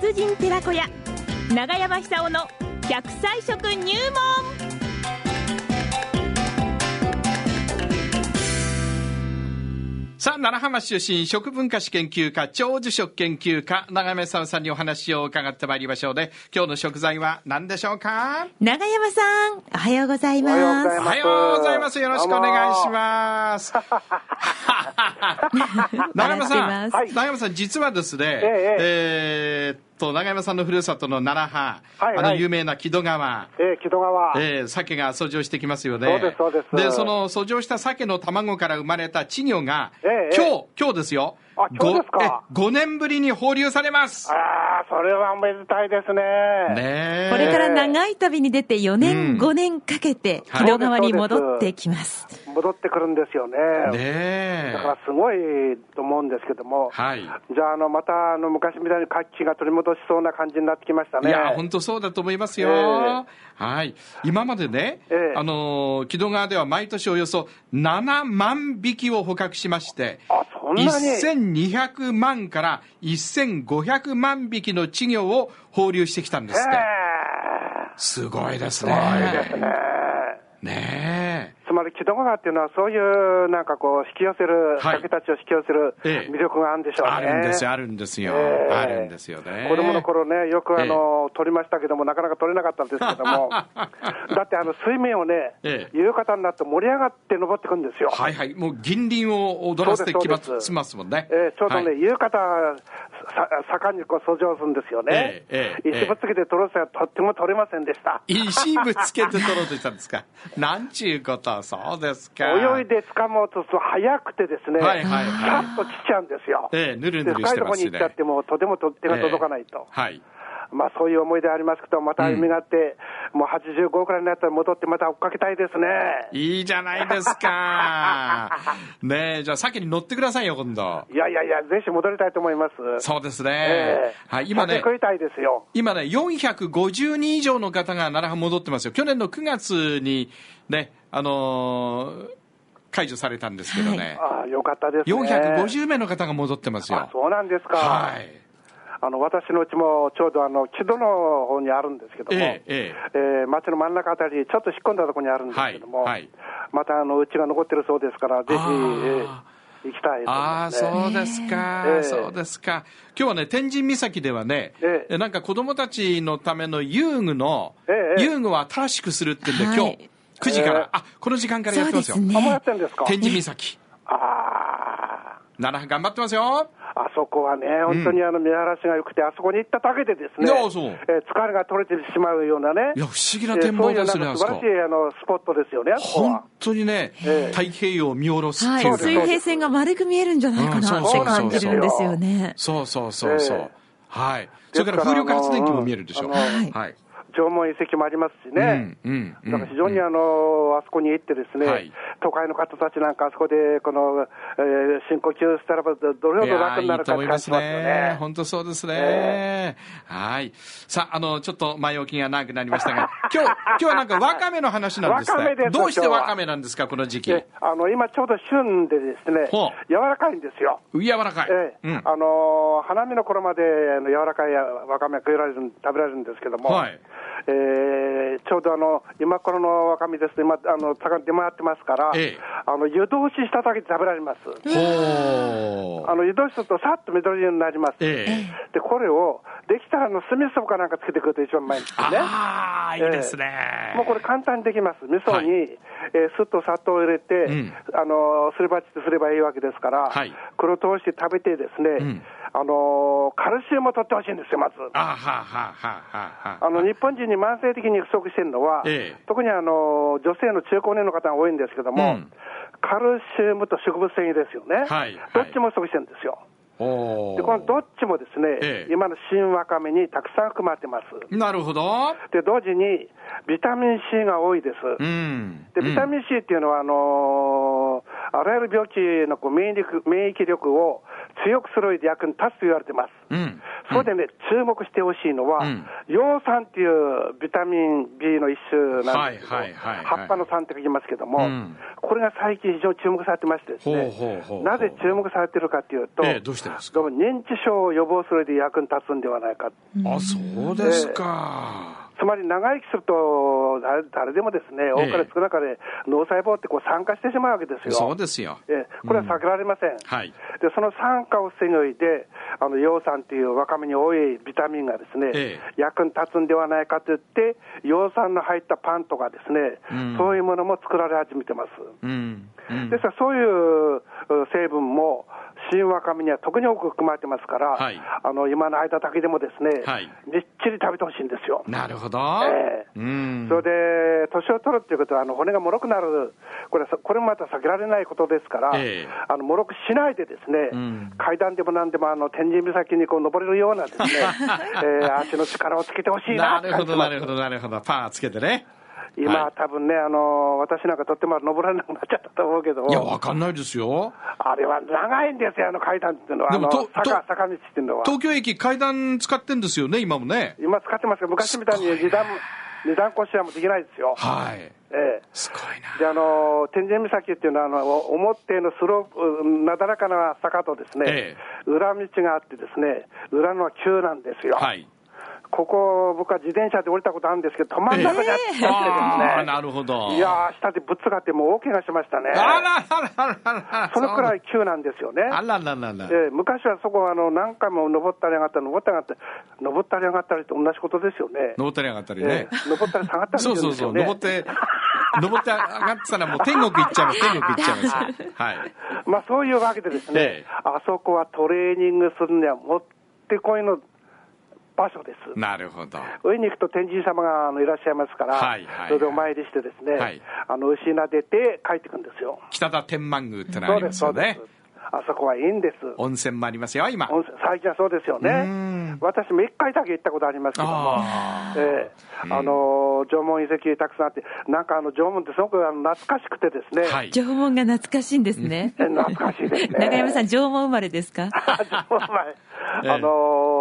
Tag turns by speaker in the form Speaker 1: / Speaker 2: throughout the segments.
Speaker 1: 風神寺子屋長山久夫の100歳食入門
Speaker 2: さあ、奈良浜市出身、食文化史研究家、長寿食研究家、長山さんさんにお話を伺ってまいりましょうね。今日の食材は何でしょうか
Speaker 1: 長山さんおはようございます
Speaker 3: おはよう
Speaker 2: お
Speaker 3: ござい
Speaker 2: はようございます。よろしくお願いし ます。長山さん、
Speaker 3: 笑ってますはい
Speaker 2: 長山さん、実はですね、
Speaker 3: ええ
Speaker 2: えーっと、長山さんのふるさとの奈良派、
Speaker 3: はい
Speaker 2: あの
Speaker 3: はい
Speaker 2: 有名な木戸川、
Speaker 3: えー、木戸川。
Speaker 2: えー、鮭が遡上してきますよね。
Speaker 3: そうですそうです
Speaker 2: で、その遡上した鮭の卵から生まれた稚魚が、
Speaker 3: ええ
Speaker 2: 今日、今日ですよ。
Speaker 3: あ今日ですか
Speaker 2: 5年ぶりに放流されます。
Speaker 3: ああ、それはおめでたいですね。
Speaker 2: ねえ
Speaker 1: これから長い旅に出て4
Speaker 2: う
Speaker 1: 年、
Speaker 2: ん
Speaker 1: 5年かけて、
Speaker 2: はい
Speaker 1: 木戸川に戻ってきます。
Speaker 3: 戻ってくるんですよね。
Speaker 2: ね
Speaker 3: だからすごいと思うんですけども、
Speaker 2: はい
Speaker 3: じゃあ、あのまたあの昔みたいに活気が取り戻しそうな感じになってきました
Speaker 2: い
Speaker 3: ね。
Speaker 2: や、本当そうだと思いますよ。
Speaker 3: え
Speaker 2: はい。今までね、
Speaker 3: ええ
Speaker 2: あのー、木戸川では毎年およそ7万匹を捕獲しまして、
Speaker 3: あそんなに
Speaker 2: 1200万から1500万匹の稚魚を放流してきたんですって。すごいですね。ね
Speaker 3: つまり木戸川っていうのは、そういうなんかこう、引き寄せる、
Speaker 2: はい
Speaker 3: 鮭たちを引き寄せる
Speaker 2: ええ
Speaker 3: 魅力があるんでし
Speaker 2: え。
Speaker 3: ょうね。
Speaker 2: あるんですよ、あるんですよ。
Speaker 3: ええ
Speaker 2: あるんですよね。
Speaker 3: 子供の頃ね、よくあの、取りましたけども、なかなか取れなかったんですけ ども、だってあの水面をね、
Speaker 2: ええ
Speaker 3: 夕方になって盛り上がって登ってくんですよ。
Speaker 2: はいはい。もう銀鱗を踊らせてきま
Speaker 3: そうですそうです
Speaker 2: すますもんね。
Speaker 3: えーちょうどね、
Speaker 2: はい
Speaker 3: 夕方、さ盛んにこう、遡上するんですよね。
Speaker 2: ええええ
Speaker 3: 一物付けて取ろうとしたらとっても取れませんでした。
Speaker 2: 石ぶつけて取ろうとしたんですか。 なんちゅうこと、そうですか。
Speaker 3: 泳いで掴もうとすると早くてですね、
Speaker 2: はいはいはい
Speaker 3: さっと切っちゃうんですよ。
Speaker 2: ええぬるぬる
Speaker 3: で
Speaker 2: し
Speaker 3: 深い
Speaker 2: て
Speaker 3: と
Speaker 2: ま
Speaker 3: ころ
Speaker 2: す
Speaker 3: に
Speaker 2: ね
Speaker 3: 行っちゃっても、とてもと手が届かないと。
Speaker 2: ええはい。
Speaker 3: まあそういう思い出ありますけど、また歩みがあって、もう85くらいになったら戻ってまた追っかけたいですね。
Speaker 2: いいじゃないです か。ねえ、じゃあ先に乗ってくださいよ、今度。
Speaker 3: いやいやいや、ぜひ戻りたいと思います。
Speaker 2: そうですね。
Speaker 3: ええ
Speaker 2: はい、今ね
Speaker 3: 酒、食いたいですよ。
Speaker 2: 今ね、450人以上の方が奈良戻ってますよ。去年の9月にね、あのー解除されたんですけどね、
Speaker 3: ああ、よかったですね。
Speaker 2: 450名の方が戻ってます
Speaker 3: あ
Speaker 2: よ。
Speaker 3: そうなんですか。
Speaker 2: はい。
Speaker 3: あの私のうちもちょうどあの木戸の方にあるんですけども、
Speaker 2: えええ
Speaker 3: えー町の真ん中あたり、ちょっと引っ込んだところにあるんですけども、
Speaker 2: はいはい
Speaker 3: またあのうちが残ってるそうですから、ぜひ、え
Speaker 2: あ
Speaker 3: ー行きたいと
Speaker 2: ああ、
Speaker 3: 思います
Speaker 2: そ
Speaker 3: ね。
Speaker 2: うですか、
Speaker 3: ええ
Speaker 2: そうですか。今日はね、天神岬ではね、
Speaker 3: ええ
Speaker 2: なんか子供たちのための遊具の、
Speaker 3: ええ
Speaker 2: 遊具を新しくするってんで、
Speaker 1: はい
Speaker 2: 今日、9時から、
Speaker 3: ええ
Speaker 2: あ、この時間からやってますよ。
Speaker 1: そうですね
Speaker 3: あもうやってるんですか
Speaker 2: 天神岬。
Speaker 3: あ
Speaker 2: 奈良頑張ってますよ。
Speaker 3: あ、あそこはね、本当にあの見晴らしが良くて、あそこに行っただけでですね、
Speaker 2: いやそう
Speaker 3: えー疲れが取れてしまうようなね、
Speaker 2: いや、不思議な
Speaker 3: えー
Speaker 2: 展望です
Speaker 3: そう
Speaker 2: ね、
Speaker 3: いうな
Speaker 2: あ
Speaker 3: ん
Speaker 2: そ
Speaker 3: か素晴ら
Speaker 2: こ
Speaker 3: し。いあのスポットですよね、あそこ
Speaker 2: 本
Speaker 3: は。
Speaker 2: 当にね、
Speaker 3: ええ
Speaker 2: 太平洋を見下ろすってい
Speaker 1: は
Speaker 2: う
Speaker 1: い、
Speaker 2: ね
Speaker 1: 水平線が丸く見えるんじゃないかな
Speaker 2: う
Speaker 1: っ
Speaker 2: ん
Speaker 1: て
Speaker 2: そうそうそうそう
Speaker 1: 感じるんですよね。
Speaker 2: そうそうそうそう。
Speaker 3: ええ
Speaker 2: はい。そ
Speaker 3: です
Speaker 2: れ
Speaker 3: か
Speaker 2: からら風力発電機も見えるでしょ。
Speaker 3: あの
Speaker 1: はい
Speaker 2: はい。
Speaker 3: 縄文遺跡もありますしね。
Speaker 2: うん、うん、うん。
Speaker 3: だから非常にあの、あそこに行ってですね、
Speaker 2: はい
Speaker 3: 都会の方たちなんか、あそこで、この、えー深呼吸したらば、どどれほ
Speaker 2: い
Speaker 3: ど
Speaker 2: や
Speaker 3: 楽
Speaker 2: ー
Speaker 3: に
Speaker 2: い
Speaker 3: ないる
Speaker 2: と
Speaker 3: かっ
Speaker 2: 思
Speaker 3: て
Speaker 2: い
Speaker 3: 感
Speaker 2: ま
Speaker 3: じし
Speaker 2: す
Speaker 3: ますよ
Speaker 2: ね
Speaker 3: ね。。
Speaker 2: 本当そうですね。
Speaker 3: え
Speaker 2: はい。さあ、あの、ちょっと前置きが長くなりましたが、 今日、今日はなんかワカメの話なんですね。
Speaker 3: ワカメです
Speaker 2: どうして
Speaker 3: 今日は
Speaker 2: ワカメなんですか、この時期。
Speaker 3: であの今ちょうど旬でですね
Speaker 2: ほう、
Speaker 3: 柔らかいんですよ。
Speaker 2: 柔らかい。
Speaker 3: ええ
Speaker 2: うん。
Speaker 3: あのー花見の頃まであの柔らかいわかめが食べられるん食べられるんですけども、
Speaker 2: はい
Speaker 3: えーちょうどあの今頃のわかめですね、今あの高値出回ってますから、
Speaker 2: ええ
Speaker 3: あの湯通ししただけで食べられます。
Speaker 2: ほ
Speaker 3: あ
Speaker 2: う。
Speaker 3: の湯通しするとさっと緑色になります。
Speaker 2: ええ。
Speaker 3: で、これを、できたらあの酢味噌かなんかつけてくると一番うまいんですよね。
Speaker 2: ああ、いいですね。
Speaker 3: もうこれ簡単にできます。味噌に、
Speaker 2: は
Speaker 3: えー酢と砂糖を入れて、
Speaker 2: ん
Speaker 3: あのー、すり鉢ですればいいわけですから、
Speaker 2: はい
Speaker 3: これを通して食べてですね、あのーカルシウムを取ってほしいんですよ、まず。
Speaker 2: あははははは。
Speaker 3: あの、日本人に慢性的に不足してるのは、
Speaker 2: ええ
Speaker 3: 特にあのー女性の中高年の方が多いんですけども、
Speaker 2: うん
Speaker 3: カルシウムと植物繊維ですよね。
Speaker 2: はいはい
Speaker 3: どっちも不足してるんですよ。
Speaker 2: ほ
Speaker 3: で、このどっちもですね、
Speaker 2: ええ
Speaker 3: 今の新わかめにたくさん含まれてます。
Speaker 2: う。なるほど。
Speaker 3: で、同時にビタミン C が多いです。
Speaker 2: うん。
Speaker 3: で、ビタミン C っていうのは、あのーあらゆる病気のこう免疫力免疫力を強くする上で役に立つと言われてます。
Speaker 2: うん。
Speaker 3: それでね、注目してほしいのは、
Speaker 2: うん
Speaker 3: 葉酸っていうビタミン B の一種なんですけど、
Speaker 2: はいはいはいはい
Speaker 3: 葉っぱの酸って書きますけども、
Speaker 2: うん
Speaker 3: これが最近非常に注目されてましてですね、
Speaker 2: ほうほうほうほう
Speaker 3: なぜ注目されてるかっていうと、
Speaker 2: ええどうしてですか
Speaker 3: どうも認知症を予防するで役に立つんではないか。
Speaker 2: あそうですか、
Speaker 3: つまり長生きすると、誰誰でもですね、多かれ少なかれ脳細胞ってこう酸化してしまうわけですよ。
Speaker 2: そうですよ
Speaker 3: ええこれは避けられません。
Speaker 2: はい
Speaker 3: でその酸化を防ぐ意味で、あの葉酸という若めに多いビタミンがですね、
Speaker 2: ええ
Speaker 3: 役に立つんではないかといって、葉酸の入ったパンとかですね、
Speaker 2: うん
Speaker 3: そういうものも作られ始めてます。
Speaker 2: うんうん
Speaker 3: ですから、そういうう成分も、新わかめには特に多く含まれてますから、
Speaker 2: はい
Speaker 3: あの今の間だけでもですね、
Speaker 2: はい
Speaker 3: みっちり食べてほしいんですよ。
Speaker 2: なるほど、
Speaker 3: ええ
Speaker 2: うん
Speaker 3: それで、年を取るということは、あの骨がもろくなる、これはさこれもまた避けられないことですから、
Speaker 2: ええ
Speaker 3: あのもろくしないで、ですね、
Speaker 2: うん
Speaker 3: 階段でもなんでもあの天神岬にこう登れるような ですね、えー足の力をつけてほしい
Speaker 2: な
Speaker 3: な
Speaker 2: るほどなるほどなるほどパーつけてね
Speaker 3: 今、
Speaker 2: はい
Speaker 3: 多分ねあの、私なんかとっても登らなくなっちゃったと思うけど
Speaker 2: いや
Speaker 3: も、
Speaker 2: わかんないですよ
Speaker 3: あれは長いんですよ、あの階段っていうのは、
Speaker 2: で
Speaker 3: あ
Speaker 2: も
Speaker 3: の
Speaker 2: とと
Speaker 3: 坂坂道っていうのは。
Speaker 2: 東京駅階段使ってんですよね今もね
Speaker 3: 今使ってますけど、昔みたいに二段二段腰はもうできないですよ。
Speaker 2: はい
Speaker 3: ええ
Speaker 2: すごいな
Speaker 3: であの天神岬っていうのはあの、お表のスロープ、うんなだらかな坂とですね、
Speaker 2: え
Speaker 3: 裏道があって、ですね裏のは急なんですよ、
Speaker 2: はい
Speaker 3: ここ、僕は自転車で降りたことあるんですけど、止まんなくなっちゃってですね、
Speaker 2: ああなるほど
Speaker 3: いやー、下でぶつかって、もう大怪我しましたね、
Speaker 2: あらあらあらあら
Speaker 3: そのくら
Speaker 2: い
Speaker 3: い急なんですよね。
Speaker 2: あらららら
Speaker 3: ええ昔はそこはあの何回も登ったり上がったり、登ったり上がったり、登ったり上がったりと同じことですよね。
Speaker 2: 登ったり上がったり
Speaker 3: え
Speaker 2: ね
Speaker 3: え登ったり下がったりす
Speaker 2: そう
Speaker 3: るん
Speaker 2: そう
Speaker 3: です
Speaker 2: そ
Speaker 3: よ
Speaker 2: う
Speaker 3: ね。
Speaker 2: 登って登って上がってたらもう天国行っちゃいます天国行っちゃいますはい
Speaker 3: まあそういうわけでです
Speaker 2: ええ
Speaker 3: ね、あそこはトレーニングするにはもってこいの場所です。
Speaker 2: なるほど
Speaker 3: 上に行くと天神様があのいらっしゃいますから、
Speaker 2: はいはいはい
Speaker 3: それでお参りしてですね、
Speaker 2: はい
Speaker 3: あの牛なでて帰ってくんですよ。
Speaker 2: 北田天満宮ってのがあ
Speaker 3: そう
Speaker 2: り
Speaker 3: で、
Speaker 2: ますす
Speaker 3: そ
Speaker 2: よ
Speaker 3: うです
Speaker 2: ね。
Speaker 3: あそこはいいんです。
Speaker 2: 温泉もありますよ今
Speaker 3: 温泉最近はそうですよ
Speaker 2: うん
Speaker 3: ね。私も一回だけ行ったことありますけども。
Speaker 2: あ
Speaker 3: ええあの縄文遺跡たくさんあって、なんかあの縄文ってすごくあの懐かしくてですね、
Speaker 2: あはい
Speaker 4: 縄文が懐かしいんです ね。
Speaker 3: え懐かし いですね。
Speaker 4: 中山さん、縄文生まれですか
Speaker 3: あの前
Speaker 2: ええ
Speaker 3: あのー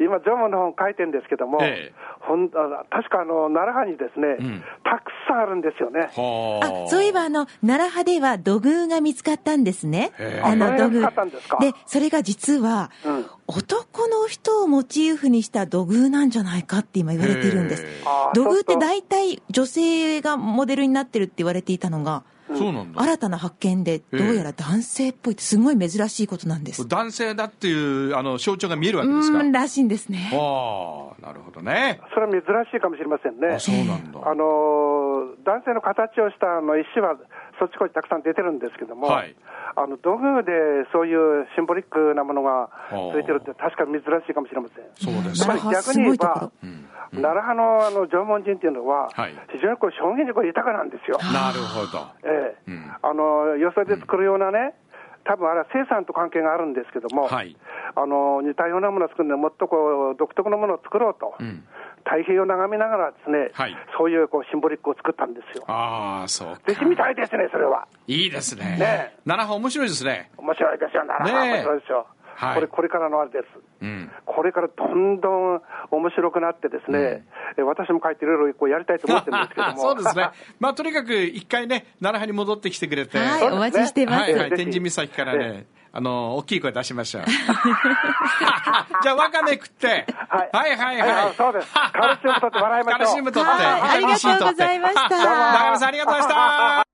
Speaker 3: 今、ジョムの本書いてるんですけども、
Speaker 2: ええ
Speaker 3: ほんあ確かあの奈良藩にですね、
Speaker 2: うん
Speaker 3: たくさんあるんですよね。
Speaker 2: ほ
Speaker 4: あ、そういえばあの、奈良派では土偶が見つかったんですね
Speaker 2: へ。ー
Speaker 4: あの
Speaker 2: あ
Speaker 4: 土
Speaker 3: 何が見つ
Speaker 4: 偶
Speaker 3: かったんですか。
Speaker 4: で、それが実は、
Speaker 3: うん
Speaker 4: 男の人をモチーフにした土偶なんじゃないかって今言われてるんです
Speaker 2: へ。ー
Speaker 3: あー
Speaker 4: 土偶っ
Speaker 3: ちょ
Speaker 4: て
Speaker 3: と
Speaker 4: 大体女性がモデルになってるって言われていたのが、
Speaker 2: そうなんだ
Speaker 4: 新たな発見でどうやら男性っぽいってすごい珍しいことなんです。う
Speaker 2: 男性だっていうあの象徴が見えるわけです
Speaker 4: ー
Speaker 2: から
Speaker 4: ん、らしいんですね。
Speaker 2: ああなるほどね
Speaker 3: それは珍しいかもしれませんね
Speaker 2: あ。そうなんだ
Speaker 3: あのー男性の形をしたあの石はそっちこっちたくさん出てるんですけども、
Speaker 2: はい
Speaker 3: あの道具でそういうシンボリックなものがついてるって確かに珍しいかもしれません。
Speaker 2: そうです
Speaker 3: つ
Speaker 4: な
Speaker 3: まり
Speaker 4: るほど
Speaker 3: 逆
Speaker 4: す
Speaker 3: に言
Speaker 4: ご
Speaker 3: え
Speaker 4: いとこ
Speaker 3: ば
Speaker 4: ろ、。
Speaker 3: 奈良派のあの縄文人っていうのは、
Speaker 2: はい
Speaker 3: 非常にこう表現力が豊かなんですよ。
Speaker 2: なるほど
Speaker 3: ええ
Speaker 2: うん
Speaker 3: あのよそで作るようなね、多分あれは生産と関係があるんですけども、
Speaker 2: はい
Speaker 3: あの似たようなものを作るのにもっとこう独特のものを作ろうと、
Speaker 2: ん
Speaker 3: 太平洋を眺めながらですね、
Speaker 2: はい
Speaker 3: そういうこうシンボリックを作ったんですよ。
Speaker 2: ああそう
Speaker 3: ぜひ見たいですね、それは。
Speaker 2: いいですね
Speaker 3: ねえ
Speaker 2: 奈良派面白いですね
Speaker 3: 面白いですよ、なら、
Speaker 2: ねえ
Speaker 3: 面白いですよ、
Speaker 2: はい
Speaker 3: これ。これからのあれです。
Speaker 2: うん
Speaker 3: これからどんどん面白くなってですね、え私も書いていろいろこうやり たいと思ってるんですけども。
Speaker 2: そうですね。まあ、とにかく一回ね、奈良派に戻ってきてくれて。
Speaker 4: はい、
Speaker 3: そうで
Speaker 4: お
Speaker 3: すね
Speaker 4: 待ちしてま
Speaker 2: は
Speaker 4: す。
Speaker 2: い、はい、
Speaker 3: ぜひ
Speaker 2: 天神岬からね、あの、大きい声出しましょう。 じゃあ、わかめ食って。
Speaker 3: はい
Speaker 2: はい、はい、
Speaker 3: は
Speaker 2: はい
Speaker 3: い。そうですカルシウム取って笑いましょ
Speaker 2: カ
Speaker 3: う
Speaker 2: ルシウム取って。
Speaker 4: はいありがとうございました
Speaker 2: 中山さん、ありがとうございました。